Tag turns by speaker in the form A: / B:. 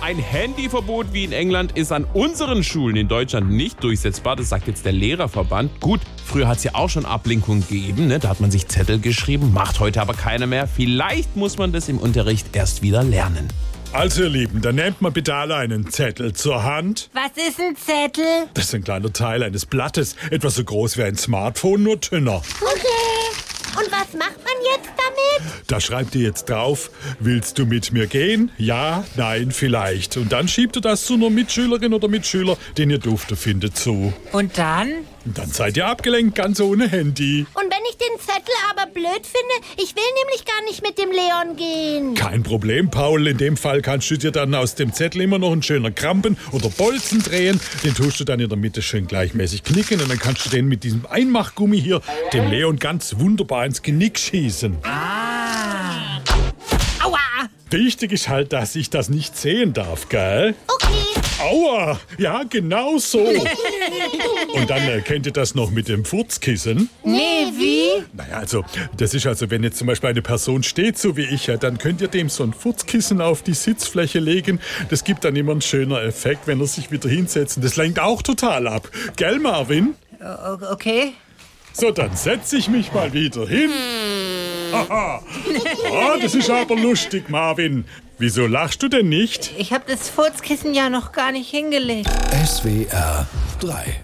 A: Ein Handyverbot wie in England ist an unseren Schulen in Deutschland nicht durchsetzbar. Das sagt jetzt der Lehrerverband. Gut, früher hat es ja auch schon Ablenkung gegeben. Ne? Da hat man sich Zettel geschrieben, macht heute aber keiner mehr. Vielleicht muss man das im Unterricht erst wieder lernen.
B: Also, ihr Lieben, dann nehmt mal bitte alle einen Zettel zur Hand.
C: Was ist ein Zettel?
B: Das ist ein kleiner Teil eines Blattes, etwas so groß wie ein Smartphone, nur dünner.
C: Okay. Und was macht man jetzt damit?
B: Da schreibt ihr jetzt drauf, willst du mit mir gehen? Ja, nein, vielleicht. Und dann schiebt ihr das zu einer Mitschülerin oder Mitschüler, den ihr dufte findet, zu.
D: Und dann?
B: Und dann seid ihr abgelenkt, ganz ohne Handy.
C: Und wenn ich den Zettel aber blöd finde, ich will nämlich gar nicht mit dem Leon gehen.
B: Kein Problem, Paul. In dem Fall kannst du dir dann aus dem Zettel immer noch einen schönen Krampen oder Bolzen drehen. Den tust du dann in der Mitte schön gleichmäßig knicken und dann kannst du den mit diesem Einmachgummi hier dem Leon ganz wunderbar ins Genick schießen.
D: Aua!
B: Wichtig ist halt, dass ich das nicht sehen darf, gell?
C: Okay.
B: Aua! Ja, genau so. und dann äh, kennt ihr das noch mit dem Furzkissen.
D: Nee, wie?
B: Naja, also, das ist also, wenn jetzt zum Beispiel eine Person steht, so wie ich, ja, dann könnt ihr dem so ein Furzkissen auf die Sitzfläche legen. Das gibt dann immer einen schönen Effekt, wenn er sich wieder hinsetzt. Und Das lenkt auch total ab. Gell, Marvin?
D: O- Okay.
B: So, dann setze ich mich mal wieder hin. Haha. Ah, das ist aber lustig, Marvin. Wieso lachst du denn nicht?
D: Ich habe das Furzkissen ja noch gar nicht hingelegt.
E: SWR 3